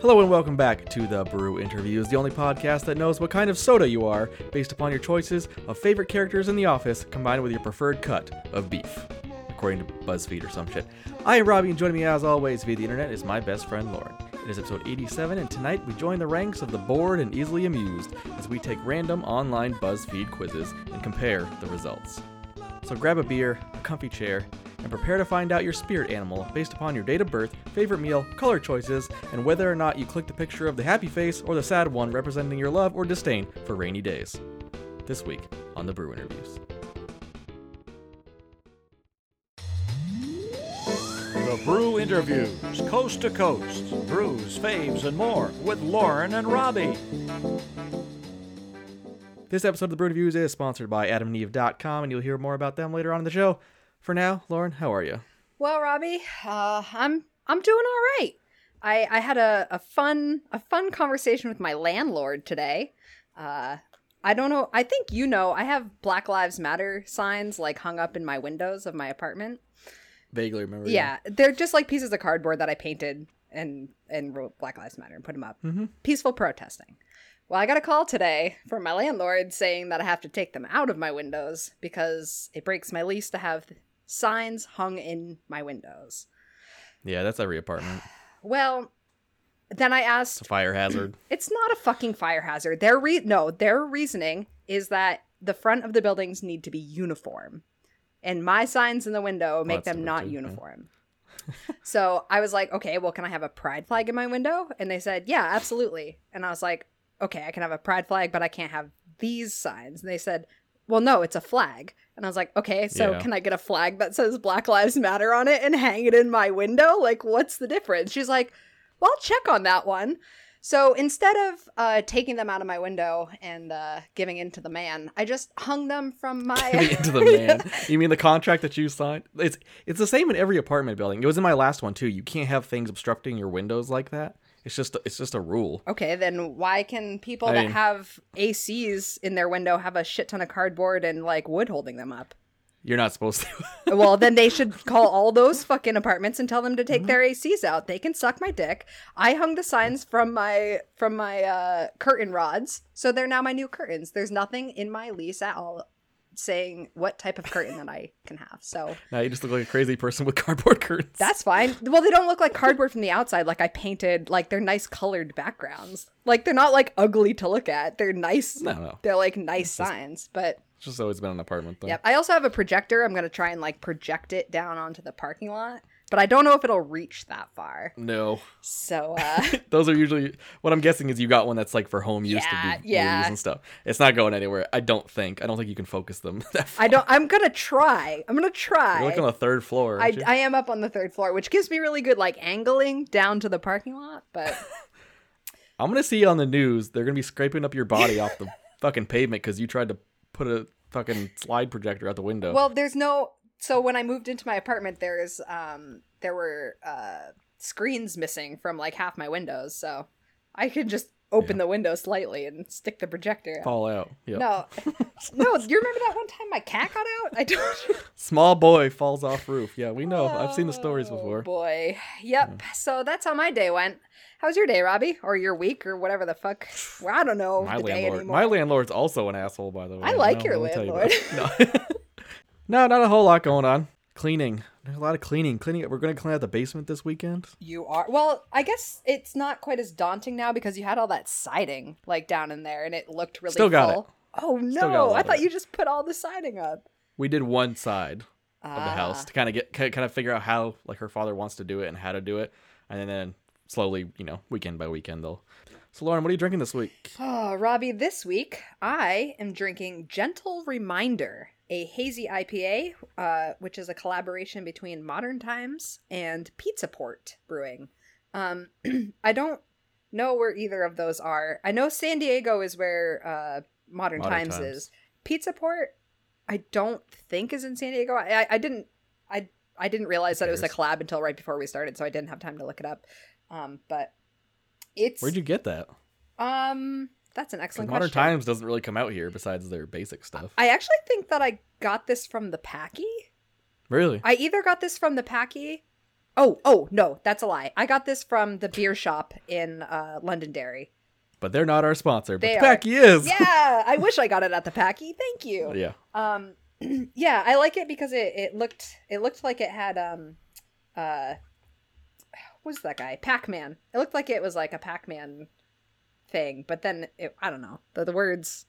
Hello and welcome back to the Brew Interviews, the only podcast that knows what kind of soda you are based upon your choices of favorite characters in The Office combined with your preferred cut of beef, according to BuzzFeed or some shit. I am Robbie, and joining me as always via the internet is my best friend Lauren. It is episode 87, and tonight we join the ranks of the bored and easily amused as we take random online BuzzFeed quizzes and compare the results. So grab a beer, a comfy chair, and prepare to find out your spirit animal based upon your date of birth, favorite meal, color choices, and whether or not you clicked the picture of the happy face or the sad one representing your love or disdain for rainy days. This week on the Brew Interviews. The Brew Interviews, coast to coast, brews, faves, and more with Lauren and Robbie. This episode of the Brew Interviews is sponsored by AdamandEve.com, and you'll hear more about them later on in the show. For now, Lauren, how are you? Well, Robbie, uh, I'm I'm doing all right. I, I had a, a fun a fun conversation with my landlord today. Uh, I don't know. I think you know. I have Black Lives Matter signs like hung up in my windows of my apartment. Vaguely remember. Yeah, they're just like pieces of cardboard that I painted and and wrote Black Lives Matter and put them up. Mhm. Peaceful protesting. Well, I got a call today from my landlord saying that I have to take them out of my windows because it breaks my lease to have signs hung in my windows. Yeah, that's every apartment. Well, then I It's a asked, fire hazard. it's not a fucking fire hazard. Their re- no, their reasoning is that the front of the buildings need to be uniform. And my signs in the window make that's them number not two, yeah. uniform. so I was like, okay, well, can I have a pride flag in my window? And they said, yeah, absolutely. And I was like, okay, I can have a pride flag, but I can't have these signs. And they said, well, no, it's a flag. And I was like, okay, so Yeah. can I get a flag that says Black Lives Matter on it and hang it in my window? Like, what's the difference? She's like, well, I'll check on that one. So instead of uh, taking them out of my window and uh, giving in to the man, I just hung them from my. into the man. You mean the contract that you signed? It's it's the same in every apartment building. It was in my last one too. You can't have things obstructing your windows like that. It's just it's just a rule. okay, then why can people I that mean- have ACs in their window have a shit ton of cardboard and like wood holding them up? You're not supposed to. well, then they should call all those fucking apartments and tell them to take Mm-hmm. their ACs out. They can suck my dick. I hung the signs from my from my uh, curtain rods, so they're now my new curtains. There's nothing in my lease at all saying what type of curtain that I can have. So now you just look like a crazy person with cardboard curtains. that's fine. Well, they don't look like cardboard from the outside. Like I painted, like they're nice colored backgrounds. Like they're not like ugly to look at. They're nice. no, no. They're like nice signs, but It's just always been an apartment thing. Yep. I also have a projector. I'm gonna try and like project it down onto the parking lot, but I don't know if it'll reach that far. No, So uh, those are usually what I'm guessing is you got one that's like for home use Yeah, to be yeah. movies and stuff. It's not going anywhere. I don't think. I don't think you can focus them. that far. I don't. I'm gonna try. I'm gonna You're like on try. the third floor. I, aren't you? I am up on the third floor, which gives me really good like angling down to the parking lot. But I'm gonna see on the news they're gonna be scraping up your body off the fucking pavement because you tried to put a fucking slide projector out the window. well, there's no. So when I moved into my apartment, there's um there were uh screens missing from like half my windows, so I could just open the window slightly and stick the projector. out. fall out. Yep. No, no. Do you remember that one time my cat got out? I don't. Small boy falls off roof. Yeah, we know. I've seen the stories Oh, before. Boy, yep. Mm. So that's how my day went. How's your day, Robbie, or your week, or whatever the fuck? Well, I don't know. My the day landlord. anymore. My landlord's also an asshole, by the way. I like No, your let me tell you landlord. about it. No. no, not a whole lot going on. Cleaning. There's a lot of cleaning. Cleaning. We're gonna clean out the basement this weekend. you are well. I guess it's not quite as daunting now because you had all that siding like down in there, and it looked really Still got it. full. Oh got a no! lot I of thought it. you just put all the siding up. We did one side of the house Ah. to kind of get kind of figure out how like her father wants to do it and how to do it, and then slowly, you know, weekend by weekend they'll. So Lauren, what are you drinking this week? Oh, Robbie, this week I am drinking Gentle Reminder, a hazy IPA, uh, which is a collaboration between Modern Times and Pizza Port Brewing. Um, I don't know where either of those are. I know San Diego is where uh, Modern, Modern Times, Times. is. Pizza Port, I don't think is in San Diego. I, I, I didn't, I, I didn't realize that it was a cares? collab until right before we started, so I didn't have time to look it up. Um, but it's Where'd you get that? um, that's an 'Cause excellent Modern question. Times doesn't really come out here besides their basic stuff. I actually think that I got this from the packy. really? I either got this from the packy. Oh, oh no, that's a lie. I got this from the beer shop in uh, Londonderry. But they're not our sponsor. But They the are. Packy is. Yeah, I wish I got it at the Packy. Thank you. Yeah. Um, yeah, I like it because it, it looked it looked like it had um, uh, what was that guy Pac Man? It looked like it was like a Pac Man thing, but then it, I don't know the, the words.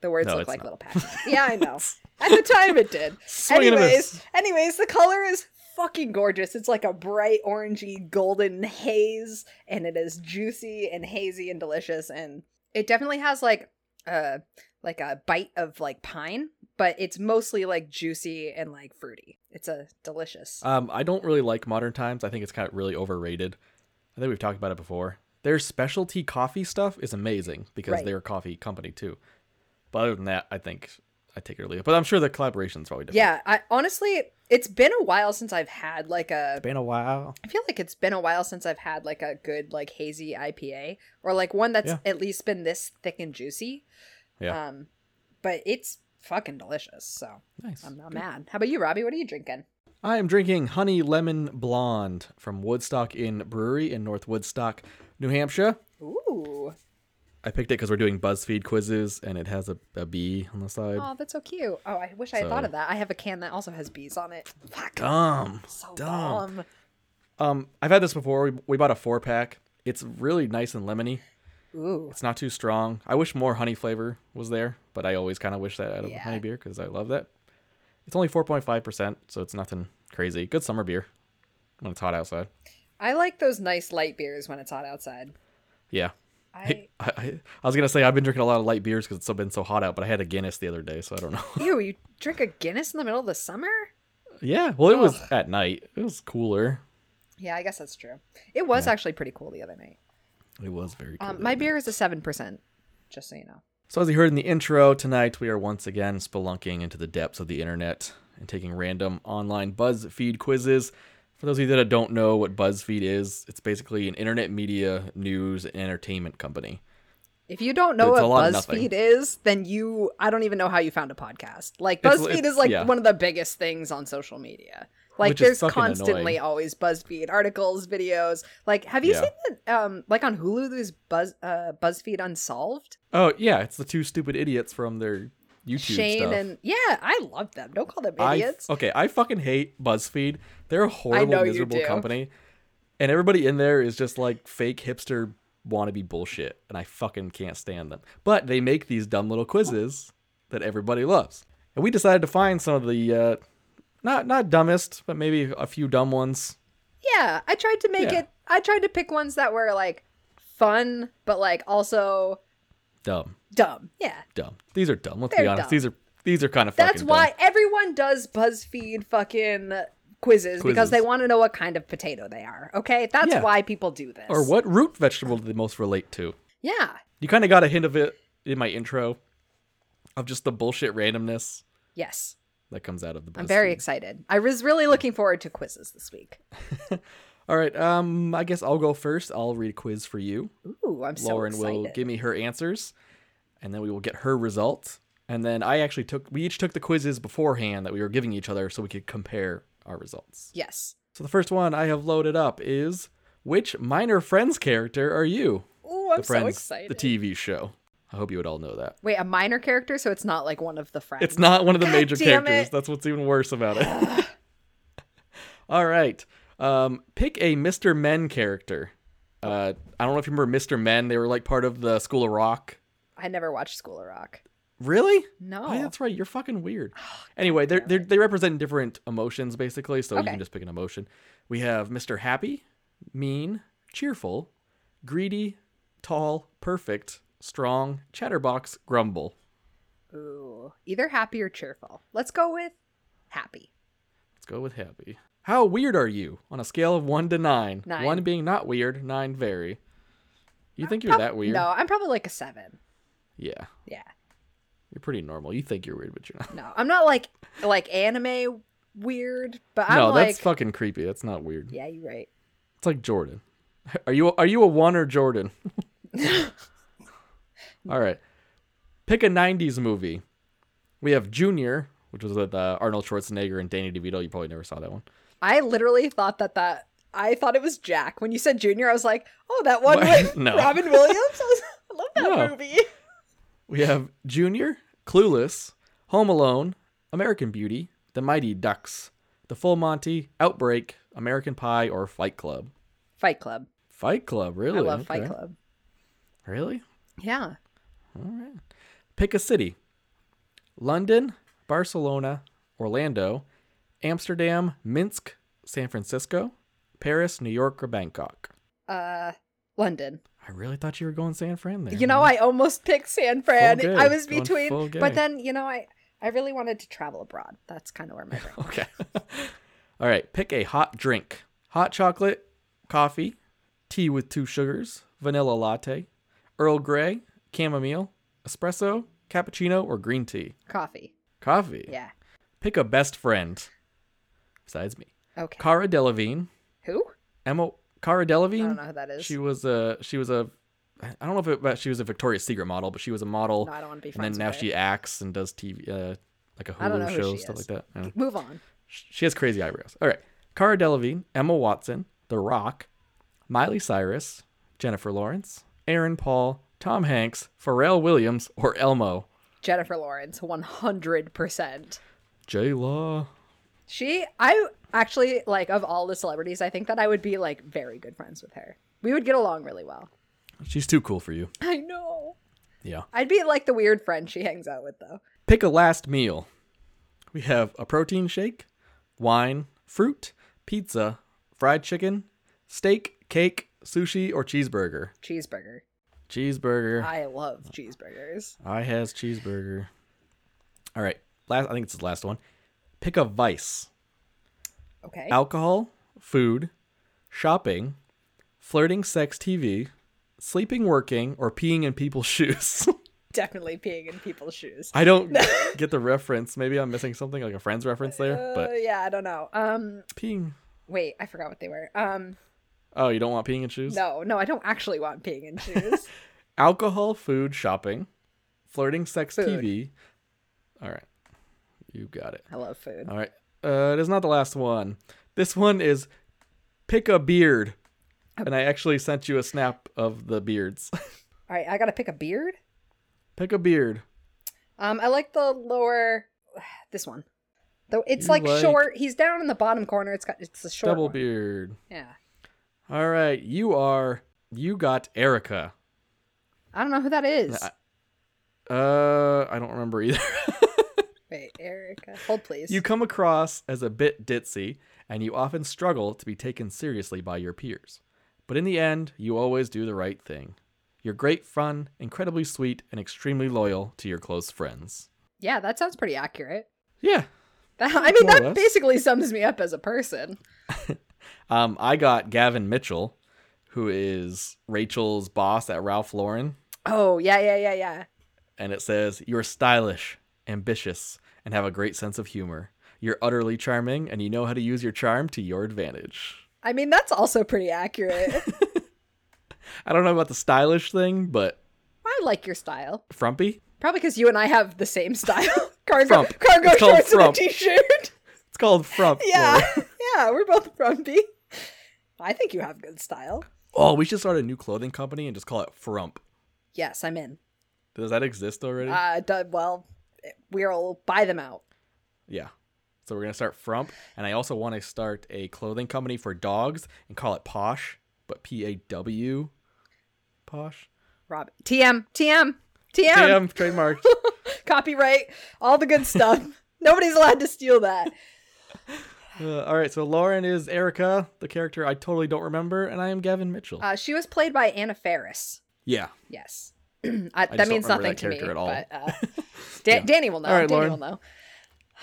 The words No, look it's like not. little Pac. Yeah, I know. at the time, it did. Swing and a Anyways, miss. anyways, the color is fucking gorgeous. It's like a bright orangey golden haze, and it is juicy and hazy and delicious, and it definitely has like a like a bite of like pine, but it's mostly like juicy and like fruity. It's a delicious. Um, I don't really like modern times. I think it's kind of really overrated. I think we've talked about it before. Their specialty coffee stuff is amazing because Right. they're a coffee company too. But other than that, I think I take it or leave it. But I'm sure the collaboration's probably different. yeah, I honestly, it's been a while since I've had like a Been a while. I feel like it's been a while since I've had like a good like hazy IPA or like one that's Yeah. at least been this thick and juicy. Yeah. Um, but it's fucking delicious, so Nice. I'm not mad. How about you, Robbie? What are you drinking? I am drinking Honey Lemon Blonde from Woodstock Inn Brewery in North Woodstock, New Hampshire. Ooh, I picked it because we're doing BuzzFeed quizzes and it has a, a bee on the side. oh, that's so cute. Oh, I wish I had So- thought of that. I have a can that also has bees on it. Fuck, Dumb. so dumb. dumb. Um, I've had this before. We, we bought a four pack. It's really nice and lemony. Ooh, It's not too strong. I wish more honey flavor was there, but I always kind of wish that out of Yeah. honey beer because I love that. It's only 4.5%, so it's nothing crazy. Good summer beer when it's hot outside. I like those nice light beers when it's hot outside. Yeah. I I, I, I was going to say I've been drinking a lot of light beers because it's so- been so hot out, but I had a Guinness the other day, so I don't know. ew, you drink a Guinness in the middle of the summer? yeah. Well, it was at night. It was cooler. Yeah, I guess that's true. It was actually pretty cool the other night. It was very cool. Um, my beer is a seven percent, just so you know. So, as you heard in the intro, tonight we are once again spelunking into the depths of the internet and taking random online BuzzFeed quizzes. For those of you that don't know what BuzzFeed is, it's basically an internet media news and entertainment company. If you don't know It's a lot what of nothing. BuzzFeed is, then you I don't even know how you found a podcast. Like It's- BuzzFeed it's- is like yeah. one of the biggest things on social media. Like Which is there's fucking constantly annoying. always BuzzFeed articles, videos. Like have you Yeah. seen that um like on Hulu there's Buzz uh BuzzFeed Unsolved? Oh, yeah, it's the two stupid idiots from their YouTube Shane stuff. and yeah, I love them. Don't call them I- idiots. okay, I fucking hate BuzzFeed. They're a know horrible, you miserable do. company. And everybody in there is just like fake hipster wannabe bullshit. And I fucking can't stand them. But they make these dumb little quizzes that everybody loves. And we decided to find some of the uh, not not dumbest, but maybe a few dumb ones. Yeah, I tried to make Yeah. it I tried to pick ones that were like fun but like also Dumb, dumb. Yeah. dumb. These are dumb. Let's be They're honest. dumb. These are these are kind of That's fucking why dumb. everyone does BuzzFeed fucking Quizzes. quizzes, because they want to know what kind of potato they are. Okay, that's Yeah. why people do this. Or what root vegetable do they most relate to? Yeah, You kind of got a hint of it in my intro of just the bullshit randomness. yes, that comes out of the. I'm very BuzzFeed. excited. I was really looking forward to quizzes this week. All right. Um, I guess I'll go first. I'll read a quiz for you. Ooh, I'm Lauren so excited. will give me her answers, and then we will get her result. And then I actually took. We each took the quizzes beforehand that we were giving each other, so we could compare our results. yes. So the first one I have loaded up is which minor Friends character are you? Ooh, I'm the Friends, so excited. the TV show. I hope you would all know that. Wait, a minor character, so it's not like one of the friends. It's not one of the God major damn characters. it. That's what's even worse about it. All right. Um, pick a Mr. Men character. Uh, I don't know if you remember Mr. Men. They were like part of the School of Rock. I never watched School of Rock. Really? No. Oh, that's right. You're fucking weird. Oh, Anyway, they're, they're, they represent different emotions, basically. So you Okay. can just pick an emotion. We have Mr. Happy, Mean, Cheerful, Greedy, Tall, Perfect, Strong, Chatterbox, Grumble. Ooh, either happy or cheerful. Let's go with happy. Let's go with happy. How weird are you on a scale of one to nine? Nine. One being not weird, nine very. You think you're that weird? No, I'm probably like a seven. Yeah, Yeah. you're pretty normal. You think you're weird, but you're not. No, I'm not like like anime weird, but I'm no, like that's fucking creepy. That's not weird. yeah, you're right. It's like Jordan. Are you are you a one or Jordan? All right. Pick a '90s movie. We have Junior, which was with uh, Arnold Schwarzenegger and Danny DeVito. You probably never saw that one. I literally thought that that I thought it was Jack. When you said Junior, I was like, oh, that one What? with No. Robin Williams. I, was, I love that No. movie. We have Junior, Clueless, Home Alone, American Beauty, The Mighty Ducks, The Full Monty, Outbreak, American Pie, or Fight Club. Fight Club. Fight Club, really? I love Fight Okay. Club. Really? Yeah. Pick a city London, Barcelona, Orlando, Amsterdam, Minsk, San Francisco, Paris, New York, or Bangkok. Uh, London. I really thought you were going San Fran there. You know, I almost picked San Fran. gay. I was Going full between, gay. but then you know, I I really wanted to travel abroad. That's kind of where my brain. Okay. All right. Pick a hot drink hot chocolate, coffee, tea with two sugars, vanilla latte, Earl Grey, chamomile, espresso, cappuccino, or green tea. coffee. Coffee. Yeah. Pick a best friend besides me. Okay. Cara Delevingne. Who? Emma Cara Delevingne. I don't know who that is. She was a she was a I don't know if it, but she was a Victoria's Secret model, but she was a model. No, I don't wanna be And then friends now with her. she acts and does TV uh, like a I don't know Hulu who show she stuff is. like that. Yeah. Move on. She has crazy eyebrows. All right. Cara Delevingne, Emma Watson, The Rock, Miley Cyrus, Jennifer Lawrence, Aaron Paul, Tom Hanks, Pharrell Williams, or Elmo. Jennifer Lawrence, one hundred percent. J Law. She, I actually like of all the celebrities, I think that I would be like very good friends with her. We would get along really well. She's too cool for you. I know. Yeah. I'd be like the weird friend she hangs out with though. Pick a last meal. We have a protein shake, wine, fruit, pizza, fried chicken, steak, cake, sushi, or cheeseburger. Cheeseburger. Cheeseburger. I love cheeseburgers. I has cheeseburger. All right. Last I think it's the last one. Pick a vice. Okay. Alcohol, food, shopping, flirting, sex, TV, sleeping, working, or peeing in people's shoes. Definitely peeing in people's shoes. I don't get the reference. Maybe I'm missing something like a friend's reference there, Uh, but yeah, I don't know. Um, peeing. wait, I forgot what they were. Um, Oh, you don't want peeing in shoes? no, no, I don't actually want peeing in shoes. Alcohol, food, shopping, flirting, sex, Food. TV. All right. You got it. I love food. All right. Uh, it is not the last one. This one is pick a beard. Oh. And I actually sent you a snap of the beards. All right, I gotta pick a beard. pick a beard. Um, I like the lower, this one. Though it's You like, like- short. He's down in the bottom corner. It's got it's a short Double one. beard. Yeah, All right. You are. You got Erica. I don't know who that is. I- Uh, I don't remember either. Wait, Erica, hold please. you come across as a bit ditzy, and you often struggle to be taken seriously by your peers. But in the end, you always do the right thing. You're great fun, incredibly sweet, and extremely loyal to your close friends. Yeah, that sounds pretty accurate. Yeah. That, I mean, More or that less. basically sums me up as a person. Um, I got Gavin Mitchell, who is Rachel's boss at Ralph Lauren, Oh yeah, yeah, yeah, yeah. and it says, You're stylish, ambitious, and have a great sense of humor. You're utterly charming, and you know how to use your charm to your advantage. I mean, that's also pretty accurate. I don't know about the stylish thing, but I like your style. frumpy? Probably because you and I have the same style. Cargo, Frump. cargo It's called shorts frump. and a t-shirt. It's called Frump. Yeah. Laura. yeah, we're both frumpy. I think you have good style. Oh, we should start a new clothing company and just call it Frump. Yes, I'm in. Does that exist already? Uh, d- well, we'll buy them out. yeah. So we're gonna start Frump, and I also want to start a clothing company for dogs and call it Posh, but P A W. Posh. Rob, TM, TM, TM, Damn, trademarked. copyright, all the good stuff. Nobody's allowed to steal that. Uh, all right, so Lauren is Erica, the character I totally don't remember, and I am Gavin Mitchell. Uh, she was played by Anna Ferris. yeah. Yes, I, don't that means remember nothing that to me. character at all. But uh, Dan- Danny will know. All right, Danny Lauren. will know.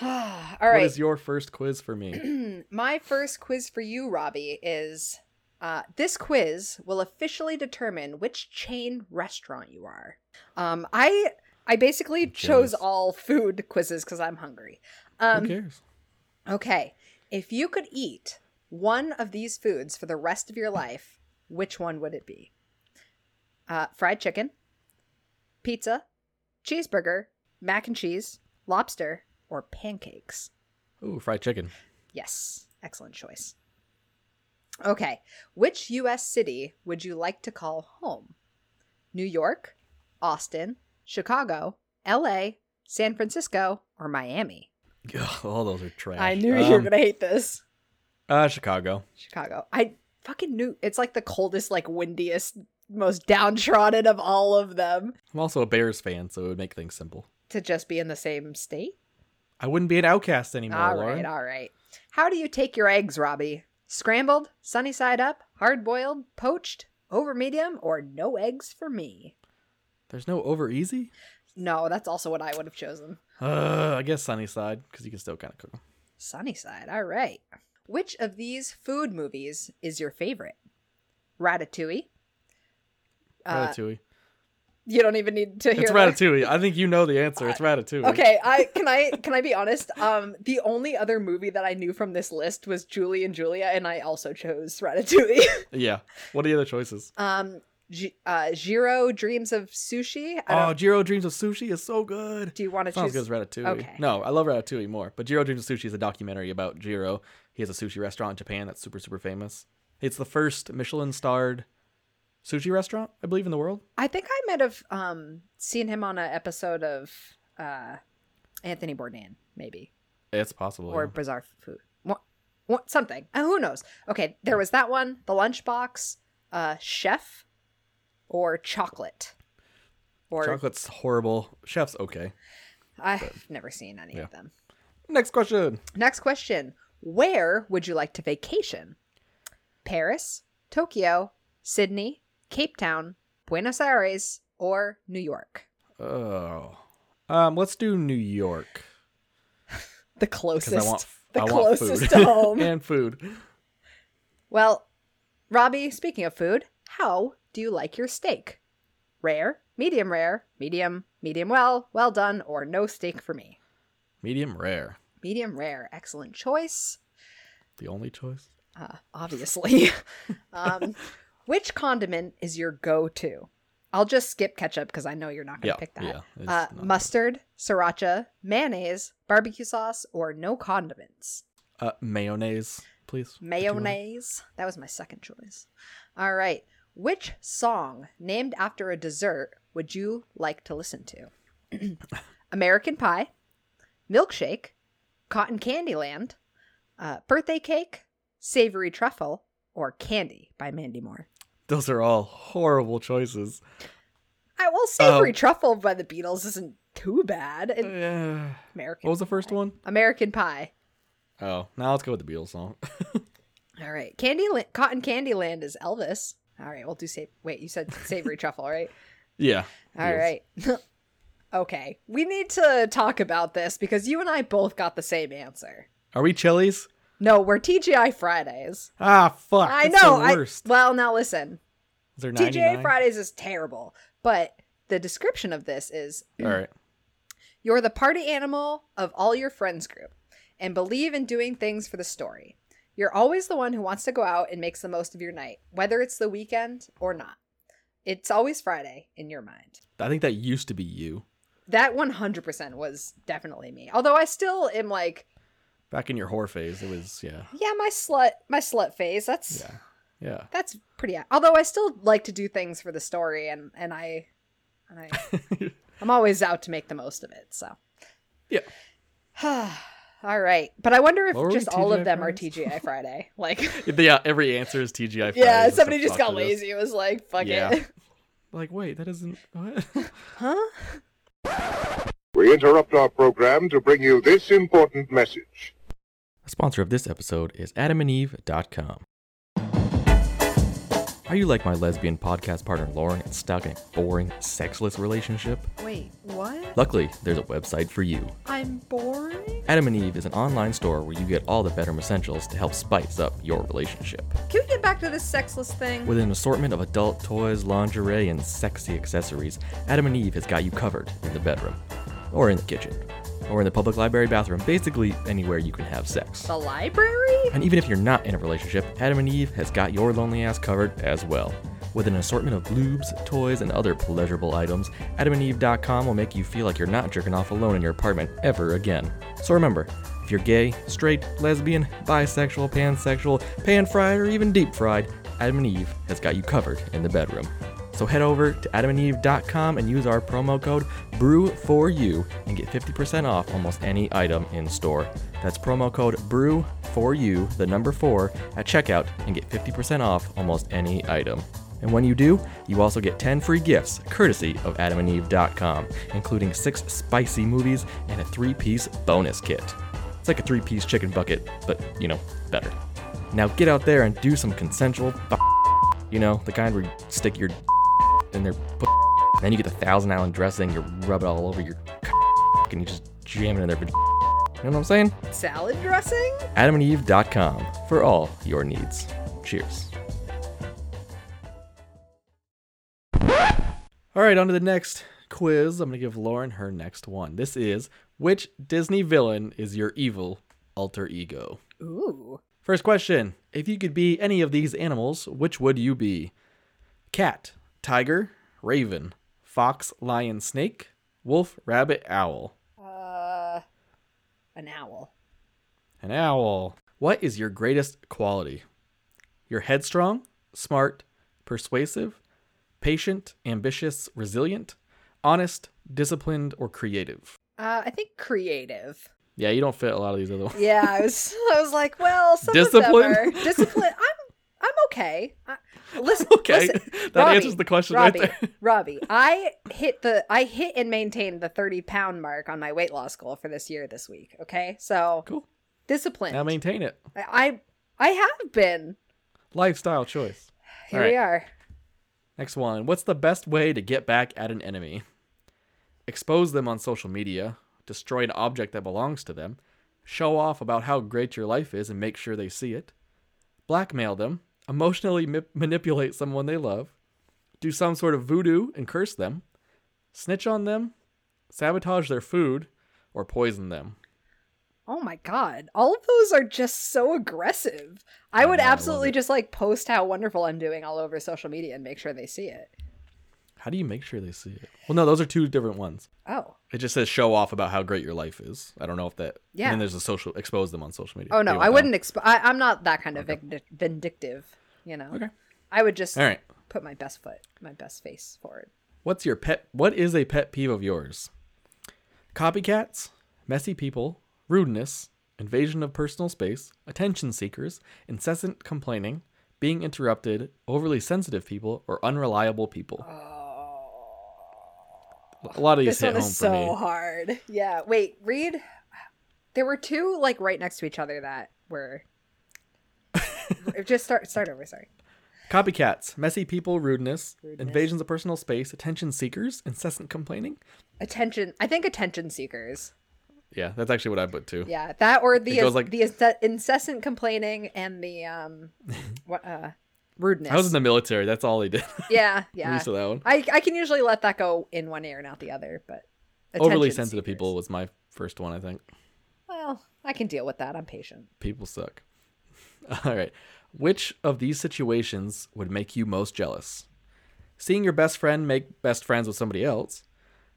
all What right. is your first quiz for me? My first quiz for you, Robbie, is uh, this quiz will officially determine which chain restaurant you are. Um, I I basically chose jealous. all food quizzes because I'm hungry. Um, Who cares? Okay, if you could eat one of these foods for the rest of your life, which one would it be? Uh, fried chicken, pizza, cheeseburger, mac and cheese, lobster, or pancakes. Ooh, fried chicken. Yes, excellent choice. Okay, which U.S. city would you like to call home? New York, Austin, Chicago, L.A., San Francisco, or Miami? Ugh, all those are trash. I knew you were Um, gonna hate this. Uh, Chicago. Chicago. I fucking knew it's like the coldest, like windiest, most downtrodden of all of them I'm also a Bears fan, so it would make things simple. to just be in the same state. I wouldn't be an outcast anymore, All right, Lauren. all right. How do you take your eggs, Robbie? Scrambled, sunny side up, hard boiled, poached, over medium, or no eggs for me? There's no over easy. No, that's also what I would have chosen. Uh, I guess sunny side because you can still kind of cook them. Sunny side, all right. Which of these food movies is your favorite? Ratatouille. Uh, Ratatouille. you don't even need to hear It's that. Ratatouille. I think you know the answer. It's Ratatouille. Okay, I can I can I be honest? Um, the only other movie that I knew from this list was Julie and Julia, and I also chose Ratatouille. Yeah. What are the other choices? um, G- uh, Jiro Dreams of Sushi. I don't, Oh, Jiro Dreams of Sushi is so good. do you want to Sounds choose? good as Ratatouille. Okay. No, I love Ratatouille more. But Jiro Dreams of Sushi is a documentary about Jiro. He has a sushi restaurant in Japan that's super, super famous. It's the first Michelin starred sushi restaurant, I believe, in the world. I think I might have um seen him on an episode of uh Anthony Bourdain, maybe, It's possible. or yeah. Bizarre Food, what, what, something. Uh, who knows? Okay, there was that one, The Lunchbox, uh, Chef, or Chocolate, or Chocolate's horrible. Chef's okay. I've never seen any Yeah. of them. Next question. Next question. Where would you like to vacation? Paris, Tokyo, Sydney, Cape Town, Buenos Aires, or New York? Oh. Um, let's do New York. The Because I closest. want the I want food. closest to home. and food. Well, Robbie, speaking of food, how do you like your steak? Rare, medium rare, medium, medium well, well done, or no steak for me? Medium rare. Medium rare, excellent choice. The only choice. uh, obviously. um, which condiment is your go to? I'll just skip ketchup because I know you're not going Yeah. to pick that. Yeah. it's uh, not- mustard, sriracha, mayonnaise, barbecue sauce, or no condiments? Uh, mayonnaise, please. Mayonnaise. That was my second choice. All right. Which song named after a dessert would you like to listen to? American Pie, Milkshake, Cotton Candy Land, uh, Birthday Cake, Savory Truffle, or Candy by Mandy Moore. Those are all horrible choices. I, well, Savory Oh. Truffle by the Beatles isn't too bad. And Eh, American what was the first one? American Pie. Oh, now let's go with the Beatles song. All right. Candy La- Cotton Candy Land is Elvis. All right, we'll do save. Wait, you said savory truffle, right? yeah. All Beatles. right. okay. We need to talk about this because you and I both got the same answer. Are we Chili's? No, we're TGI Fridays. Ah, fuck. I that's know. The I, worst. well, now listen. Is there TGI 99? Fridays is terrible, but the description of this is All right. You're the party animal of all your friends group and believe in doing things for the story. You're always the one who wants to go out and makes the most of your night, whether it's the weekend or not. It's always Friday in your mind. I think that used to be you That 100% was definitely me. Although I still am like, back in your whore phase. It was yeah, yeah, my slut, my slut phase. That's yeah, yeah. that's pretty. Although I still like to do things for the story, and and I, and I, I'm always out to make the most of it. So, Yeah. all right, but I wonder if What were we, just all of TGI them Fridays? are TGI Friday. Like, Yeah, uh, every answer is TGI. Fridays. yeah, That's somebody the just fuck got it is. lazy. and Was like, fuck Yeah. it, Like, wait, that isn't. What? huh? We interrupt our program to bring you this important message. A sponsor of this episode is adamandeve.com. Are you like my lesbian podcast partner Lauren and stuck in a boring, sexless relationship? Wait, what? Luckily, there's a website for you. I'm boring. Adam and Eve is an online store where you get all the bedroom essentials to help spice up your relationship. Can we get back to this sexless thing? With an assortment of adult toys, lingerie, and sexy accessories, Adam and Eve has got you covered in the bedroom, or in the kitchen, or in the public library bathroom, basically anywhere you can have sex. the library? And even if you're not in a relationship, Adam and Eve has got your lonely ass covered as well. With an assortment of lubes, toys, and other pleasurable items, adamandeve.com will make you feel like you're not jerking off alone in your apartment ever again. So remember, if you're gay, straight, lesbian, bisexual, pansexual, pan fried, or even deep fried, Adam and Eve has got you covered in the bedroom. So head over to adamandeve.com and use our promo code BREW4U and get 50% off almost any item in store. That's promo code BREW4U, the number 4, at checkout and get 50% off almost any item. And when you do, you also get 10 free gifts courtesy of adamandeve.com, including 6 spicy movies and a 3-piece bonus kit. It's like a 3-piece chicken bucket, but, you know, better. Now get out there and do some consensual you know, the kind where you stick your in their p- then you get the thousand island dressing, you rub it all over your c- and you just jam it in there. You know what I'm saying? Salad dressing? AdamandEve.com for all your needs. Cheers. All right, on to the next quiz. I'm going to give Lauren her next one. This is which Disney villain is your evil alter ego? Ooh. First question If you could be any of these animals, which would you be? Cat, tiger, raven, fox, lion, snake, wolf, rabbit, owl. Uh, an owl. An owl. What is your greatest quality? You're headstrong, smart, persuasive, patient, ambitious, resilient, honest, disciplined, or creative. Uh, I think creative. Yeah, you don't fit a lot of these other ones. Yeah, I was. I was like, well, some Discipline? Of them are. Discipline. I'm. I'm okay. I, listen. Okay, Listen, that answers the question Robbie, right there. Robbie, I hit the. I hit and maintained the 30 pound mark on my weight loss goal for this year. This week. Okay, so Cool. discipline. Now maintain it. I. I have been. Lifestyle choice. Here All we right. are. Next one. What's the best way to get back at an enemy? Expose them on social media, destroy an object that belongs to them, show off about how great your life is and make sure they see it, blackmail them, emotionally ma- manipulate someone they love, do some sort of voodoo and curse them, snitch on them, sabotage their food, or poison them. Oh my god. All of those are just so aggressive. I, I would know, I love absolutely it. just like post how wonderful I'm doing all over social media and make sure they see it. How do you make sure they see it? Well, no, those are two different ones. Oh. It just says show off about how great your life is. I don't know if that. Yeah. And then there's a social expose them on social media. Oh They no, went I down. wouldn't exp- I, I'm not that kind of vindic- vindictive, you know. Okay. I would just All right. put my best foot, my best face forward. What's your pet? What is a pet peeve of yours? Copycats, messy people, rudeness, invasion of personal space, attention seekers, incessant complaining, being interrupted, overly sensitive people, or unreliable people. A lot of these This hit one home is for so me. hard. Yeah. Wait, read there were two like right next to each other that were just start start over, sorry. Copycats, messy people, rudeness, invasions of personal space, attention seekers, incessant complaining. Attention I think attention seekers. Yeah, that's actually what I put too. Yeah, that or the It goes like- the ince- incessant complaining and the um what uh rudeness. I was in the military. That's all they did. yeah, I'm yeah. used to that one. I I can usually let that go in one ear and out the other, but Overly attention sensitive seekers. people was my first one, I think. Well, I can deal with that. I'm patient. People suck. All right. Which of these situations would make you most jealous? Seeing your best friend make best friends with somebody else,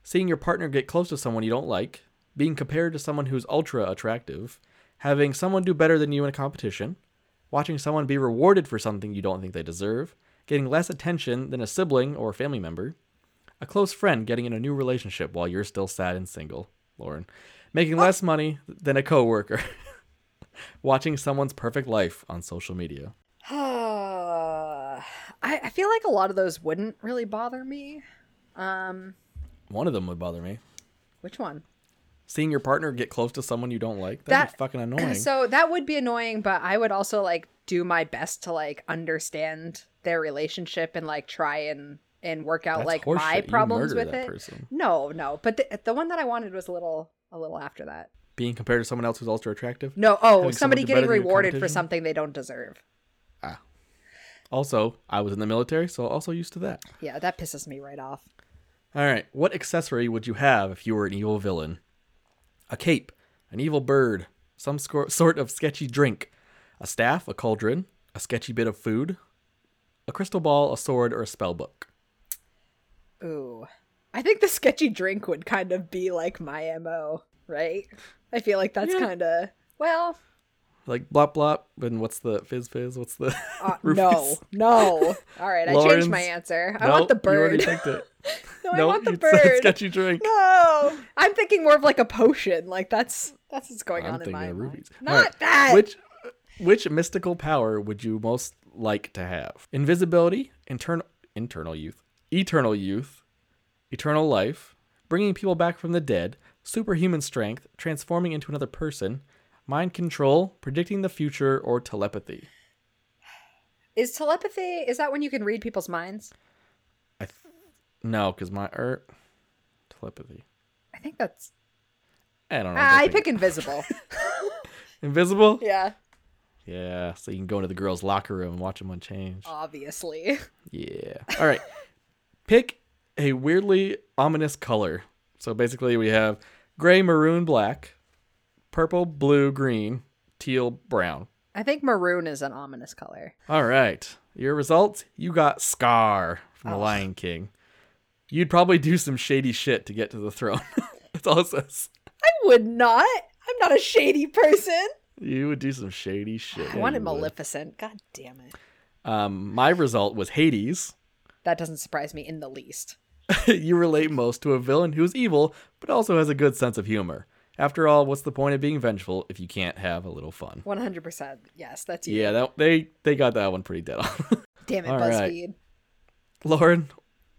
seeing your partner get close to someone you don't like, being compared to someone who's ultra attractive, having someone do better than you in a competition, watching someone be rewarded for something you don't think they deserve, getting less attention than a sibling or family member, a close friend getting in a new relationship while you're still sad and single, Lauren, making less money than a coworker. watching someone's perfect life on social media. I I feel like a lot of those wouldn't really bother me. Um, One of them would bother me. which one? Seeing your partner get close to someone you don't like, that'd be That- fucking annoying. So that would be annoying, but I would also like do my best to like understand their relationship and like try and and work out That's like horseshit. my You problems murder with that it. person. No, no, but the, the one that I wanted was a little a little after that. Being compared to someone else who's ultra attractive. No, oh, Having someone somebody do getting better than you in rewarded for competition? something they don't deserve. Ah. Also, I was in the military, so also used to that. Yeah, that pisses me right off. All right, what accessory would you have if you were an evil villain? A cape, an evil bird, some scor- sort of sketchy drink, a staff, a cauldron, a sketchy bit of food, a crystal ball, a sword, or a spell book. Ooh. I think the sketchy drink would kind of be like my MO, right? I feel like that's Yeah. kind of, well, Like blop blop, and what's the fizz fizz? What's the uh, Rufus? no, no. All right, I changed my Lauren's- answer. I Nope, want the You already bird. picked it. no, I Nope, want the it's bird. sketchy drink. No, I'm thinking more of like a potion. Like that's that's what's going I'm on in thinking my of mind. rubies. Not Alright, that. Which which mystical power would you most like to have? Invisibility, internal internal youth, eternal youth, eternal life, bringing people back from the dead, superhuman strength, transforming into another person, mind control, predicting the future, or telepathy. Is telepathy? Is that when you can read people's minds? I th- no, because my er, telepathy. I think that's. I don't know. Ah, I don't think- pick invisible. invisible. yeah, Yeah, so you can go into the girls' locker room and watch them unchanged. obviously. Yeah. All right. Pick a weirdly ominous color. So basically, we have gray, maroon, black, purple, blue, green, teal, brown. I think maroon is an ominous color. All right. Your results you got Scar from The Lion King. You'd probably do some shady shit to get to the throne. That's all it says. I would not. I'm not a shady person. You would do some shady shit. I wanted Yeah, you would. Maleficent. God damn it. Um, my result was Hades. That doesn't surprise me in the least. you relate most to a villain who's evil, but also has a good sense of humor. After all, what's the point of being vengeful if you can't have a little fun? 100%. Yes, that's you. Yeah, that, they they got that one pretty dead on. Damn it, All right. BuzzFeed. Lauren,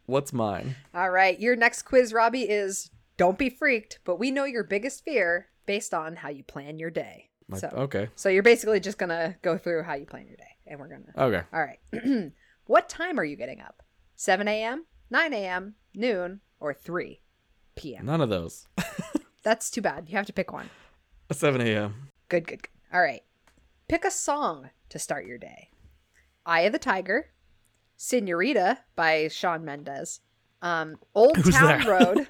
what's mine? All right, your next quiz, Robbie, is don't be freaked, but we know your biggest fear based on how you plan your day. My- so, Okay, so you're basically just gonna go through how you plan your day, and we're gonna. okay. All right. what time are you getting up? 7 a.m., 9 a.m., noon, or 3 p.m.? None of those. That's too bad. You have to pick one. Seven a.m. Good, good, good. All right. Pick a song to start your day Eye of the Tiger, Senorita by Sean Mendez, um, Old Who's Town that? Road.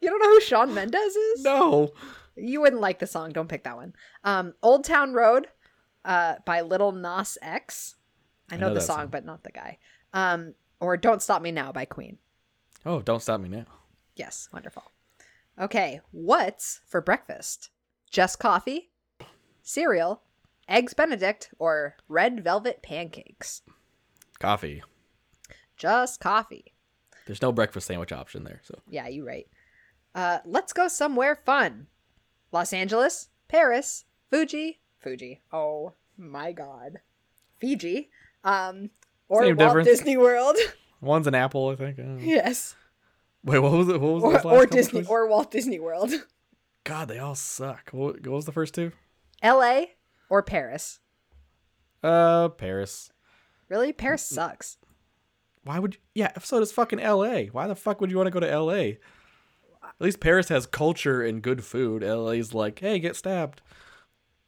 You don't know who Sean Mendez is? No. You wouldn't like the song. Don't pick that one. Um, Old Town Road uh, by Little Nas X. I know know, the that song, song. but not the guy. Um, or Don't Stop Me Now by Queen. Oh, don't stop me now. Yes, wonderful. Okay, what's for breakfast? Just coffee, cereal, eggs Benedict, or red velvet pancakes? Coffee. Just coffee. There's no breakfast sandwich option there. So Yeah, you right. Uh, let's go somewhere fun. Los Angeles, Paris, Fuji, Fuji. Oh my God, Fiji. Um, or Same Walt difference. Disney World. one's an apple, I think. I don't know. yes, Wait, what was it? What was the or, last or couple Disney choices? or Walt Disney World. God, they all suck. What, what was the first two? L.A. or Paris. Uh, Paris. Really, Paris sucks. Why would you, yeah? If so, does fucking L.A. Why the fuck would you want to go to L.A.? At least Paris has culture and good food. L.A.'s like, hey, get stabbed.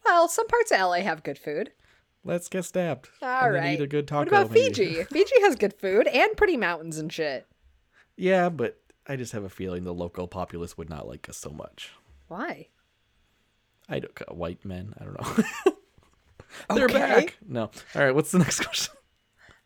Well, some parts of LA have good food. Let's get stabbed. All and right. Then eat a good taco. what about maybe. Fiji? Fiji has good food and pretty mountains and shit. yeah, but I just have a feeling the local populace would not like us so much. Why? I don't uh, white men. I don't know. They're Okay. back. No. All right. What's the next question?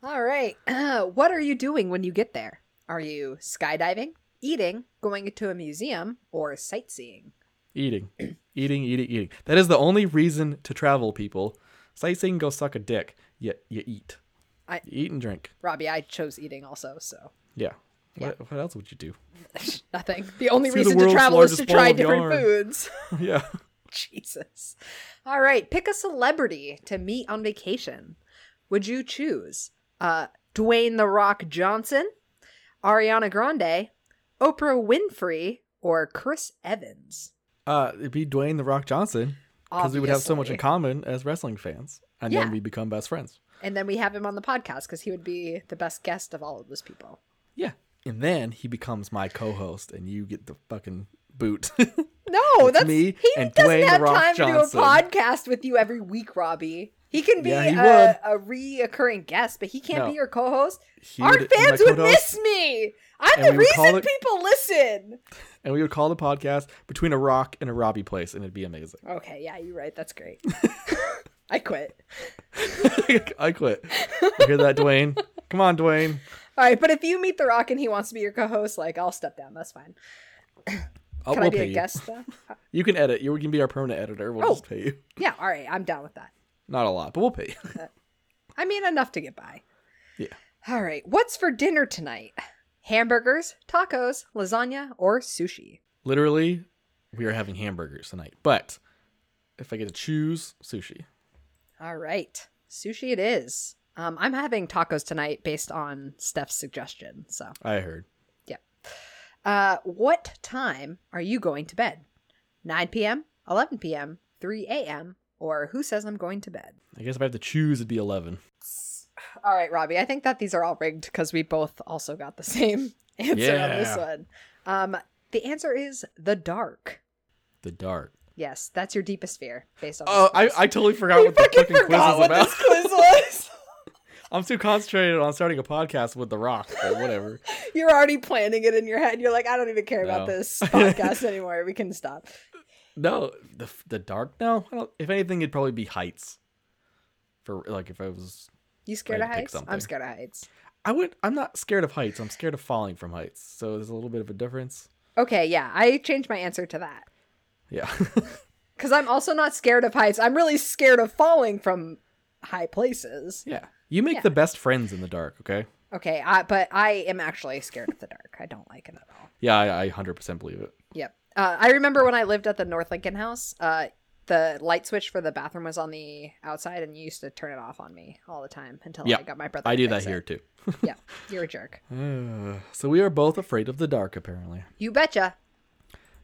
All right. what are you doing when you get there? Are you skydiving, eating, going to a museum, or sightseeing? Eating, eating, eating, eating. That is the only reason to travel, people. Sightseeing, go suck a dick. You, you eat. I- you eat and drink. Robbie, I chose eating also, so Yeah. What, what else would you do? nothing. The only See the reason to world's travel is to largest ball try of different yarn. foods. yeah. Jesus. All right, pick a celebrity to meet on vacation. Would you choose uh, Dwayne The Rock Johnson, Ariana Grande, Oprah Winfrey, or Chris Evans? Uh, it'd be Dwayne the Rock Johnson because we would have so much in Obviously. common as wrestling fans, and Yeah. then we become best friends. And then we have him on the podcast because he would be the best guest of all of those people. Yeah, and then he becomes my co-host, and you get the fucking boot. No, It's that's me he and doesn't Dwayne The have Rock time to do Johnson. a podcast with you every week, Robbie. He can be Yeah, he a, a reoccurring guest, but he can't No. be your co-host. He Our would- my fans would co-host- miss me. I'm And the we would call reason it- people listen. and we would call the podcast between a rock and a Robbie place, and it'd be amazing. Okay, yeah, you're right. That's great. I quit. I quit. You hear that, Dwayne? Come on, Dwayne. All right, but if you meet The Rock and he wants to be your co-host, like I'll step down. That's fine. I'll, Can we'll I be pay a you. guest though? You can edit. You can be our permanent editor. We'll Oh. just pay you. yeah. All right, I'm down with that. Not a lot, but we'll pay you. I mean, enough to get by. Yeah. All right. What's for dinner tonight? Hamburgers, tacos, lasagna, or sushi? Literally, we are having hamburgers tonight. But if I get to choose, sushi. All right. Sushi it is. Um, I'm having tacos tonight based on Steph's suggestion. So, I heard. uh, what time are you going to bed? 9 p.m., 11 p.m., 3 a.m., or who says I'm going to bed? I guess if I have to choose, it'd be 11. All right, Robbie. I think that these are all rigged because we both also got the same answer on this Yeah. one. Um, the answer is the dark. The dark. Yes, that's your deepest fear based on. this Oh, I, quiz. I totally forgot what the fucking quiz was about. quiz was. I'm too concentrated on starting a podcast with The Rock, but whatever. You're already planning it in your head. You're like, I don't even care about No. this podcast anymore. We can stop. No, the the dark. No, I don't, if anything, it'd probably be heights. For like, if I was, You scared Right, of pick heights? I'm something. scared of heights. I would. I'm not scared of heights. I'm scared of falling from heights. So there's a little bit of a difference. Okay, yeah, I changed my answer to that Yeah. because I'm also not scared of heights. I'm really scared of falling from high places. yeah. You make the best friends in the dark. Okay. Okay, I, but I am actually scared of the dark. I don't like it at all. Yeah, I, I 100% believe it. Yep. Uh, I remember when I lived at the North Lincoln house, uh, the light switch for the bathroom was on the outside, and you used to turn it off on me all the time until Yeah, I got my brother. I to do that fix it. here too. yeah, you're a jerk. So we are both afraid of the dark, apparently. You betcha.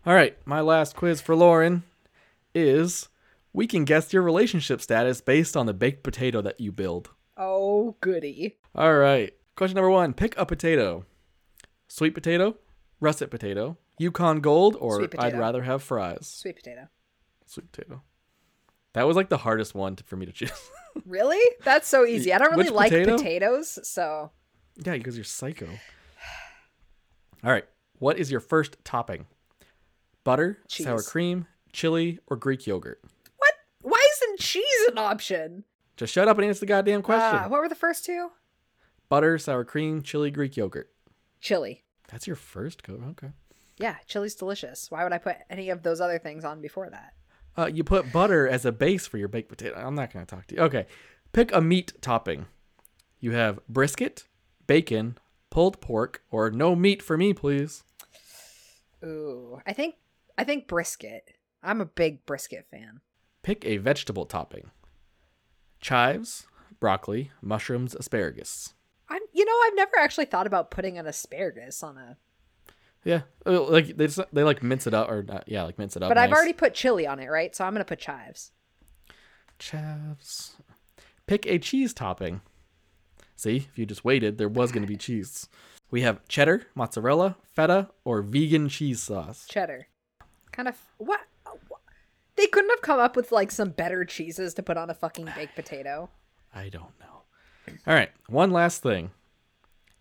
All right, my last quiz for Lauren is: we can guess your relationship status based on the baked potato that you build. Oh, goody. All right. Question number one: Pick a potato. Sweet potato, russet potato, Yukon Gold, or Sweet potato. I'd rather have fries. Sweet potato. Sweet potato. That was like the hardest one to, for me to choose. Really? That's so easy. I don't really Which like potato? potatoes, so Yeah, because you're psycho. All right. What is your first topping? Butter, sour Cheese. cream, chili, or Greek yogurt? what? Why isn't cheese an option? Just shut up and answer the goddamn question. Uh, what were the first two? Butter, sour cream, chili, Greek yogurt. Chili. That's your first go. Okay. Yeah, chili's delicious. Why would I put any of those other things on before that? Uh, you put butter as a base for your baked potato. I'm not going to talk to you. Okay. Pick a meat topping. You have brisket, bacon, pulled pork, or no meat for me, please. Ooh, I think I think brisket. I'm a big brisket fan. Pick a vegetable topping. Chives, broccoli, mushrooms, asparagus. I'm, you know, I've never actually thought about putting an asparagus on a, Yeah, uh, like they just, they like mince it up or not, yeah, like mince it up. but I've nice. already put chili on it, right? So I'm gonna put chives. chives. Pick a cheese topping. See, if you just waited, there was going to be cheese. We have cheddar, mozzarella, feta, or vegan cheese sauce. Cheddar. Kind of what? what- They couldn't have come up with like some better cheeses to put on a fucking baked potato. I don't know. All right, one last thing.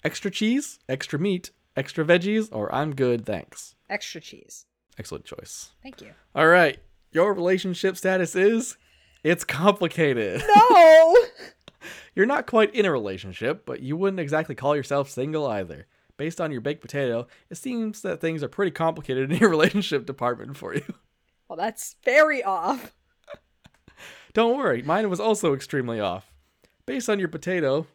Extra cheese, extra meat, extra veggies, or I'm good, thanks. Extra cheese. Excellent choice. Thank you. All right, your relationship status is it's complicated. No. You're not quite in a relationship, but you wouldn't exactly call yourself single either. Based on your baked potato, it seems that things are pretty complicated in your relationship department for you. Well, that's very off. Don't worry, mine was also extremely off. Based on your potato,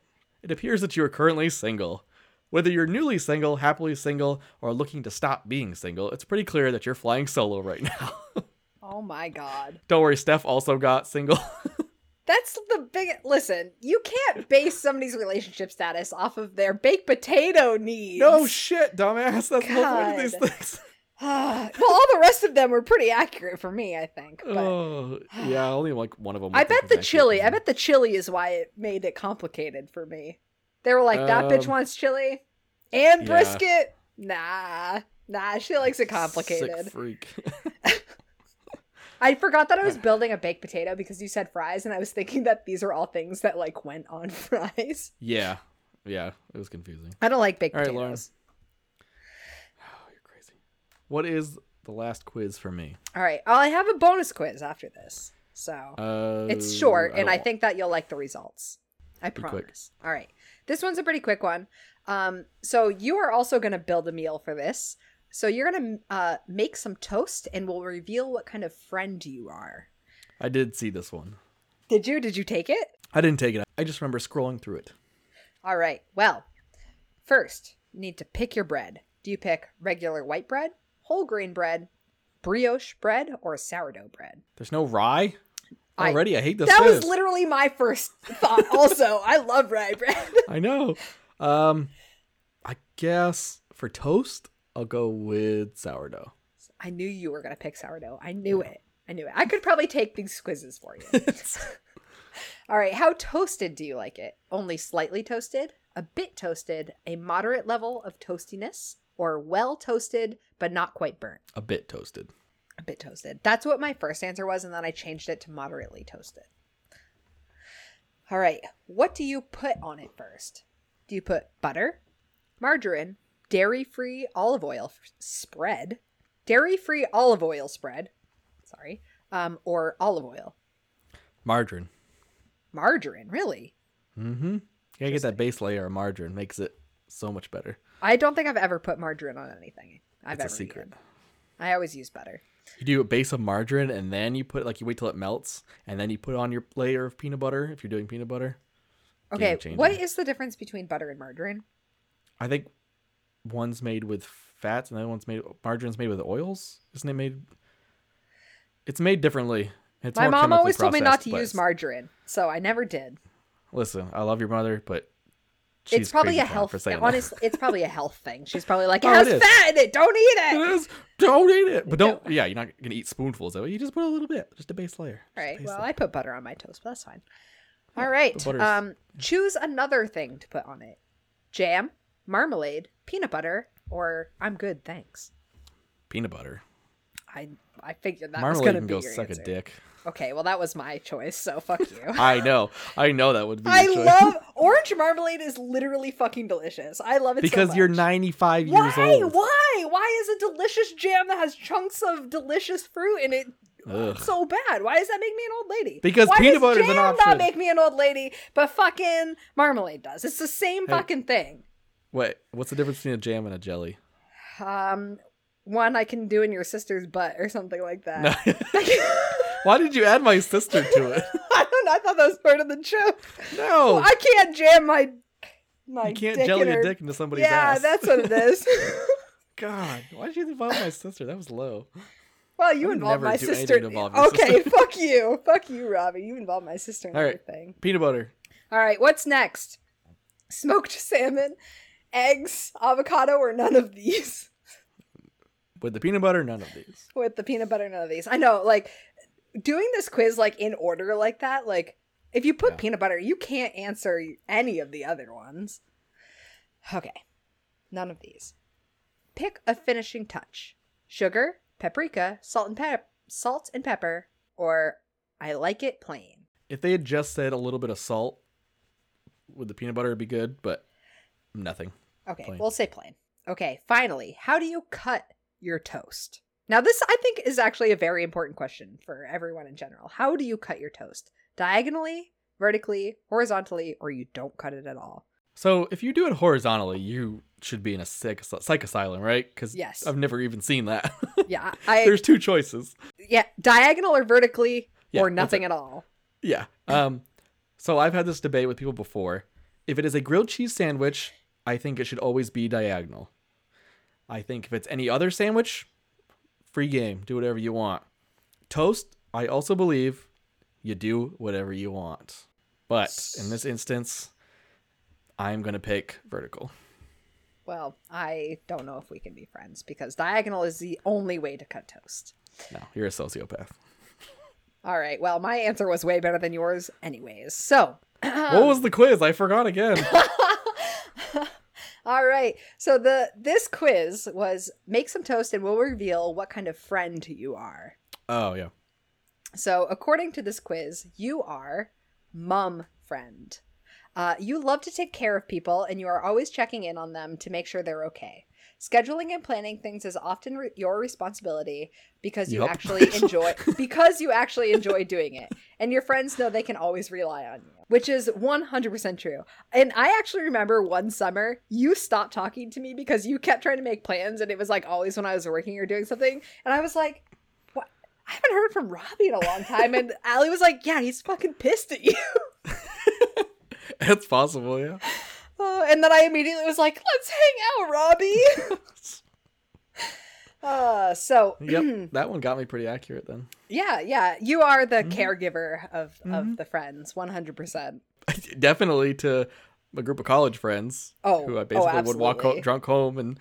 it appears that you are currently single. Whether you're newly single, happily single, or looking to stop being single, it's pretty clear that you're flying solo right now. Oh my god. Don't worry, Steph also got single. That's the big listen. You can't base somebody's relationship status off of their baked potato needs. no shit, dumbass. That's the point of these God. things. well, all the rest of them were pretty accurate for me, I think. But Oh, yeah, only like one of them. I bet the chili. I bet the chili is why it made it complicated for me. They were like, "That bitch Um, wants chili and yeah. brisket." Nah, nah, she likes it complicated. Sick freak. I forgot that I was building a baked potato because you said fries, and I was thinking that these are all things that like went on fries. yeah. Yeah. It was confusing. I don't like baked All right, Lauren. potatoes. Oh, you're crazy. What is the last quiz for me? All right, well, I have a bonus quiz after this, so Uh, it's short, and I don't- think that you'll like the results. I Be quick. promise. All right. This one's a pretty quick one. Um, so you are also going to build a meal for this. So you're going to uh, make some toast and we'll reveal what kind of friend you are. I did see this one. Did you? Did you take it? I didn't take it. I just remember scrolling through it. All right. Well, first, you need to pick your bread. Do you pick regular white bread, whole grain bread, brioche bread, or sourdough bread? There's no rye. I- Already, I, hate this. that was quiz. literally my first thought, also. I love rye bread. I know. Um, I guess for toast, I'll go with sourdough. I knew you were going to pick sourdough. I knew it. I knew it. I could probably take these quizzes for you. All right. How toasted do you like it? Only slightly toasted, a bit toasted, a moderate level of toastiness, or well toasted but not quite burnt? A bit toasted. A bit toasted. That's what my first answer was, and then I changed it to moderately toasted. All right. What do you put on it first? Do you put butter, margarine, dairy free olive oil f- spread, dairy free olive oil spread, sorry, um, or olive oil? Margarine. Margarine, really? Mm-hmm. Gotta get that base layer of margarine. Makes it so much better. I don't think I've ever put margarine on anything. I've It's a ever secret. eaten. I always use butter. You do a base of margarine, and then you put like you wait till it melts, and then you put on your layer of peanut butter if you're doing peanut butter. Okay, Game what changer. is the difference between butter and margarine? I think one's made with fats, and the other one's made margarine's made with oils. Isn't it made? It's made differently. It's My more mom chemically always told me not processed, to but use it's- margarine, so I never did. Listen, I love your mother, but it's she's probably crazy a for- health for saying that. honestly it's probably a health thing she's probably like it Oh, it has is. fat in it don't eat it It is. Don't eat it. But don't. Yeah, you're not gonna eat spoonfuls of it. You just put a little bit, just a base layer. all Just a right base well layer. i put butter on my toast but that's fine all right butter's- um choose another thing to put on it jam marmalade peanut butter or i'm good thanks peanut butter. i i figured that was Marmalade gonna can be go your suck answer. a dick. okay well that was my choice so fuck you I know. I know that would be. i your choice. love orange marmalade is literally fucking delicious i love it so because you're much. 95 Why? years old. Why? Why is a delicious jam that has chunks of delicious fruit in it Ugh. so bad? Why does that make me an old lady? Because Why peanut does butter's an jam option. not make me an old lady, but fucking marmalade does. It's the same fucking thing. Wait, what's the difference between a jam and a jelly? Um, one I can do in your sister's butt or something like that. Why did you add my sister to it? I don't know. I thought that was part of the joke. No, I can't jam my my Oh. you can't dick jelly in a her- dick into somebody's Yeah, ass. that's what it is. God. Why did you involve my sister? That was low. Well, you would involved never my do anything sister. to involve your okay, fuck you, fuck you, Robbie. You involved my sister in All right. everything. Peanut butter. All right, what's next? Smoked salmon, eggs, avocado, or none of these? With the peanut butter, none of these. With the peanut butter, none of these. I know, like doing this quiz like in order like that, like if you put Yeah. peanut butter, you can't answer any of the other ones. Okay. None of these. Pick a finishing touch. Sugar, paprika, salt and pep- salt and pepper, or I like it plain. If they had just said a little bit of salt with the peanut butter, it'd be good, but nothing. Okay, Plain. we'll say plain. Okay, finally, how do you cut your toast? Now, this I think is actually a very important question for everyone in general. How do you cut your toast? Diagonally, vertically, horizontally, or you don't cut it at all? So if you do it horizontally, you should be in a psych, psych asylum, right? Because Yes. I've never even seen that. Yeah, I There's two choices. yeah, diagonal or vertically Yeah, or that's nothing it. at all. Yeah. Um, so I've had this debate with people before. If it is a grilled cheese sandwich, I think it should always be diagonal. I think if it's any other sandwich, free game. Do whatever you want. Toast, I also believe you do whatever you want. But in this instance, I'm going to pick vertical. Well, I don't know if we can be friends because diagonal is the only way to cut toast. No, you're a sociopath. All right. Well, my answer was way better than yours anyways. So, what was the quiz? I forgot again. All right. So the this quiz was make some toast and we'll reveal what kind of friend you are. oh, yeah. So according to this quiz, you are mum friend. Uh, you love to take care of people and you are always checking in on them to make sure they're okay. Scheduling and planning things is often re- your responsibility because you Yup. actually enjoy because you actually enjoy doing it, and your friends know they can always rely on you, which is one hundred percent true. And I actually remember one summer you stopped talking to me because you kept trying to make plans, and it was like always when I was working or doing something, and I was like. "What? I haven't heard from Robbie in a long time, and Allie was like, "Yeah, he's fucking pissed at you." It's possible, yeah. Oh, and then I immediately was like, let's hang out, Robbie. uh, so, Yep. that one got me pretty accurate then. yeah, yeah. You are the Mm-hmm. caregiver of, of the friends, 100%. Definitely to a group of college friends Oh, who I oh, basically would walk ho- absolutely. drunk home and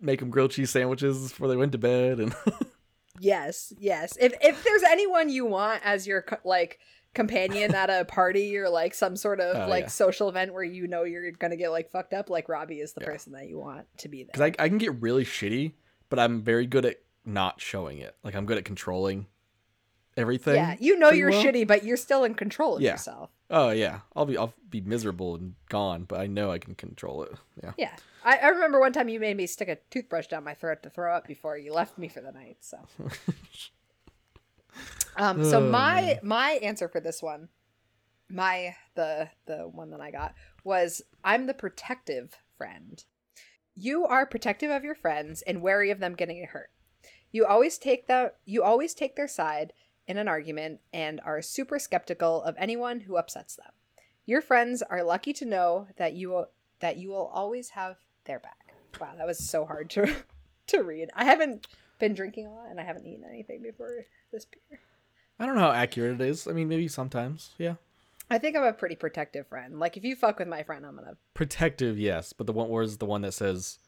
make them grilled cheese sandwiches before they went to bed. And Yes, yes. If, if there's anyone you want as your, co- like, companion at a party or, like, some sort of, Oh, like, yeah. social event where you know you're going to get, like, fucked up, like, Robbie is the Yeah. person that you want to be there. because I, I can get really shitty, but I'm very good at not showing it. Like I'm good at controlling everything. yeah, you know pretty you're well. shitty, but you're still in control of Yeah. yourself. Oh yeah, I'll be I'll be miserable and gone, but I know I can control it. Yeah. Yeah. I, I remember one time you made me stick a toothbrush down my throat to throw up before you left me for the night. So Um so Oh, my my answer for this one, my the the one that I got was I'm the protective friend. You are protective of your friends and wary of them getting hurt. You always take the you always take their side in an argument and are super skeptical of anyone who upsets them. Your friends are lucky to know that you will, that you will always have their back. Wow, that was so hard to to read. I haven't been drinking a lot and I haven't eaten anything before this beer. I don't know how accurate it is. I mean, maybe sometimes. Yeah. I think I'm a pretty protective friend. Like if you fuck with my friend, I'm gonna protective, yes, but the one where's the one that says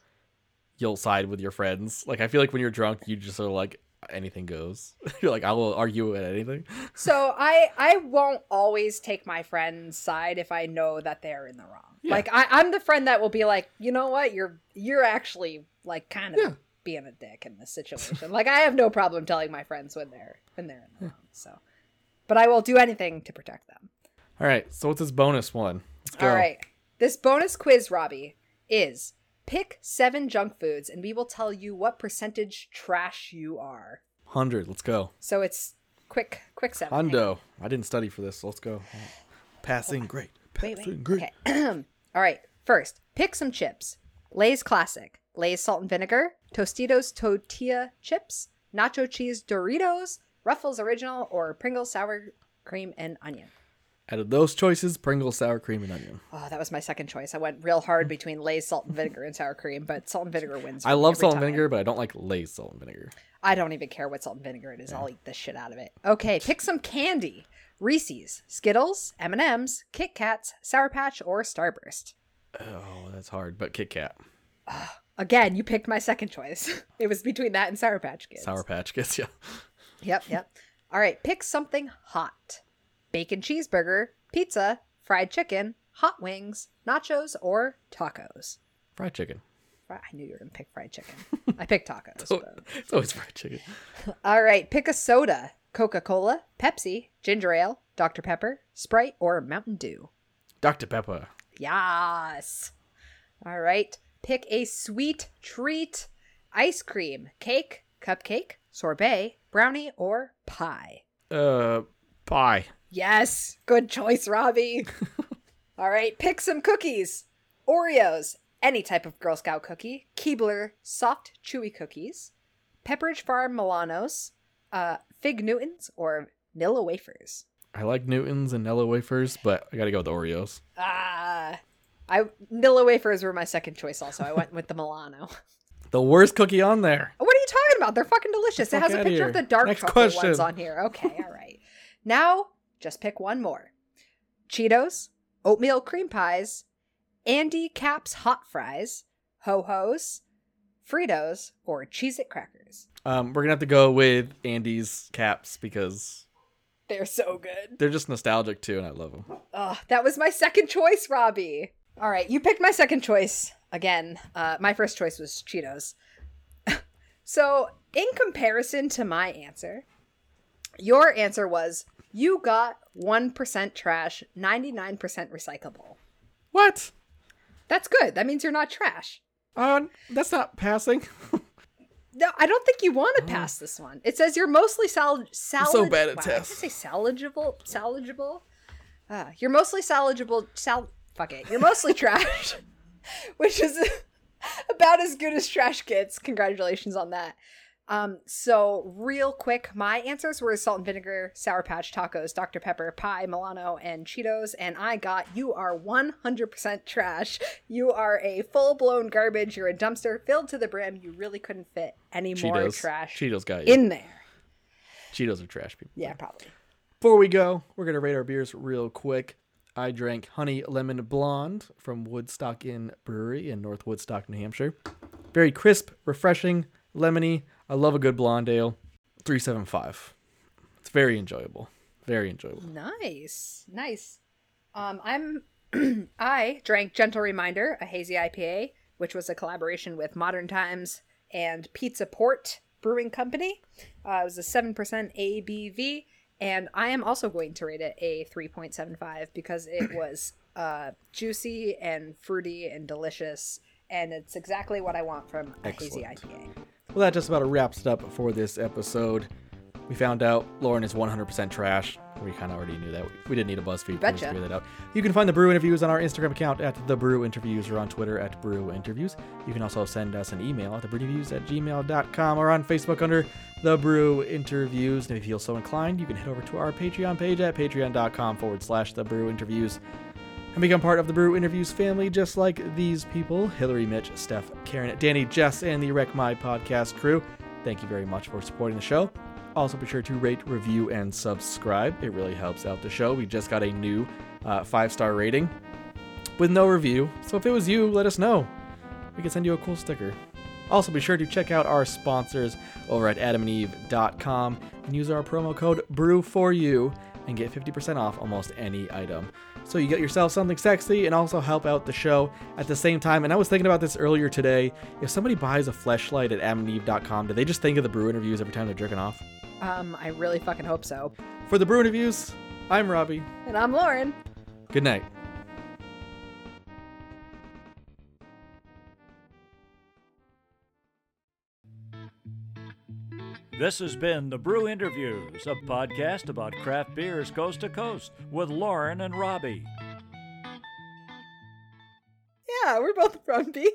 you'll side with your friends. Like I feel like when you're drunk, you just are like anything goes. you're like I will argue at anything. So I I won't always take my friend's side if I know that they're in the wrong. Yeah. Like I, I'm the friend that will be like, you know what, you're you're actually like kind of Yeah. being a dick in this situation. like I have no problem telling my friends when they're when they're in the wrong. So, but I will do anything to protect them. All right, so what's this bonus one? Let's go. All right, this bonus quiz, Robbie, is pick seven junk foods, and we will tell you what percentage trash you are. hundred. Let's go. So it's quick, quick seven. Hang on. Hondo. I didn't study for this. So let's go. Passing great. Passing Wait, wait. great. Okay. All right. First, pick some chips. Lay's classic. Lay's salt and vinegar. Tostitos tortilla chips. Nacho cheese Doritos. Ruffles original or Pringles sour cream and onion. Out of those choices, Pringles, sour cream, and onion. Oh, that was my second choice. I went real hard between Lay's salt and vinegar and sour cream, but salt and vinegar wins. I love every salt time. and vinegar, but I don't like Lay's salt and vinegar. I don't even care what salt and vinegar it is. I'll eat the shit out of it. Okay, pick some candy. Reese's, Skittles, M&M's, Kit Kats, Sour Patch, or Starburst. Oh, that's hard. But Kit Kat, Again, you picked my second choice. It was between that and Sour Patch Kids. Sour Patch Kids. Yeah. Yep, yep. All right, pick something hot: bacon cheeseburger, pizza, fried chicken, hot wings, nachos, or tacos. Fried chicken. Fri- I knew you were gonna pick fried chicken. I picked tacos. Oh, but- it's always fried chicken. All right, pick a soda: Coca Cola, Pepsi, ginger ale, Dr Pepper, Sprite, or Mountain Dew. Dr. Pepper. Yes. All right. Pick a sweet treat ice cream, cake, cupcake, sorbet, brownie, or pie. Uh, pie. Yes. Good choice, Robbie. All right. Pick some cookies Oreos, any type of Girl Scout cookie, Keebler, soft, chewy cookies, Pepperidge Farm Milanos, uh, Fig Newtons, or Nilla wafers. I like Newtons and Nella wafers, but I gotta go with the Oreos. Ah, I Nilla wafers were my second choice. Also, I went with the Milano. The worst cookie on there. What are you talking about? They're fucking delicious. The It fuck has a outta picture here. of the dark Next chocolate ones question. on here. Okay, all right. Now, just pick one more. Cheetos, oatmeal cream pies, Andy Caps hot fries, Ho Ho's, Fritos, or Cheez It crackers. Um, we're gonna have to go with Andy's caps because They're so good. they're just nostalgic too, and I love them. Ugh, that was my second choice, Robbie. All right, you picked my second choice again. Uh, my first choice was Cheetos. so, in comparison to my answer, your answer was you got 1% trash, 99% recyclable. What? That's good. That means you're not trash. Uh, that's not passing. No, I don't think you want to pass this one. It says you're mostly salad. salad Oh. so bad at wow, I have to tests. say salvageable. Salvageable. Uh, you're mostly salvageable. Sal. Fuck it. You're mostly trash, which is about as good as trash gets. Congratulations on that. Um, so real quick, my answers were salt and vinegar, sour patch tacos, Dr. Pepper, pie, Milano, and Cheetos, and I got you are 100% trash. You are a full-blown garbage. You're a dumpster filled to the brim. You really couldn't fit any more Cheetos. trash Cheetos got you. in there. Cheetos are trash people. Yeah, probably. Before we go, we're gonna rate our beers real quick. I drank Honey Lemon Blonde from Woodstock Inn Brewery in North Woodstock, New Hampshire. Very crisp, refreshing, lemony. I love a good blonde ale. Three seven five. It's very enjoyable. Very enjoyable. Nice. Nice. Um, I'm I drank Gentle Reminder, a hazy IPA, which was a collaboration with Modern Times and Pizza Port Brewing Company. Uh, it was a 7% ABV, and I am also going to rate it a 3.75 because it was uh, juicy and fruity and delicious, and it's exactly what I want from a Excellent. hazy IPA. Well, that just about wraps it up for this episode. We found out Lauren is 100% trash. We kind of already knew that. We didn't need a BuzzFeed quiz to Betcha. figure that out. You can find the Brew Interviews on our Instagram account at The Brew Interviews or on Twitter at Brew Interviews. You can also send us an email at thebrewinterviews at gmail.com or on Facebook under The Brew Interviews. And if you feel so inclined, you can head over to our Patreon page at patreon.com forward slash The Brew Interviews and become part of the Brew Interviews family, just like these people Hillary, Mitch, Steph, Karen, Danny, Jess, and the Wreck My Podcast crew. Thank you very much for supporting the show. Also, be sure to rate, review, and subscribe. It really helps out the show. We just got a new uh, five star rating with no review. So if it was you, let us know. We can send you a cool sticker. Also, be sure to check out our sponsors over at adamandeve.com and use our promo code BREW4U and get 50% off almost any item. So you get yourself something sexy and also help out the show at the same time. And I was thinking about this earlier today. If somebody buys a fleshlight at adamandeve.com, do they just think of the brew interviews every time they're jerking off? Um, I really fucking hope so. For the brew interviews, I'm Robbie. And I'm Lauren. Good night. This has been The Brew Interviews, a podcast about craft beers coast to coast with Lauren and Robbie. Yeah, we're both from B.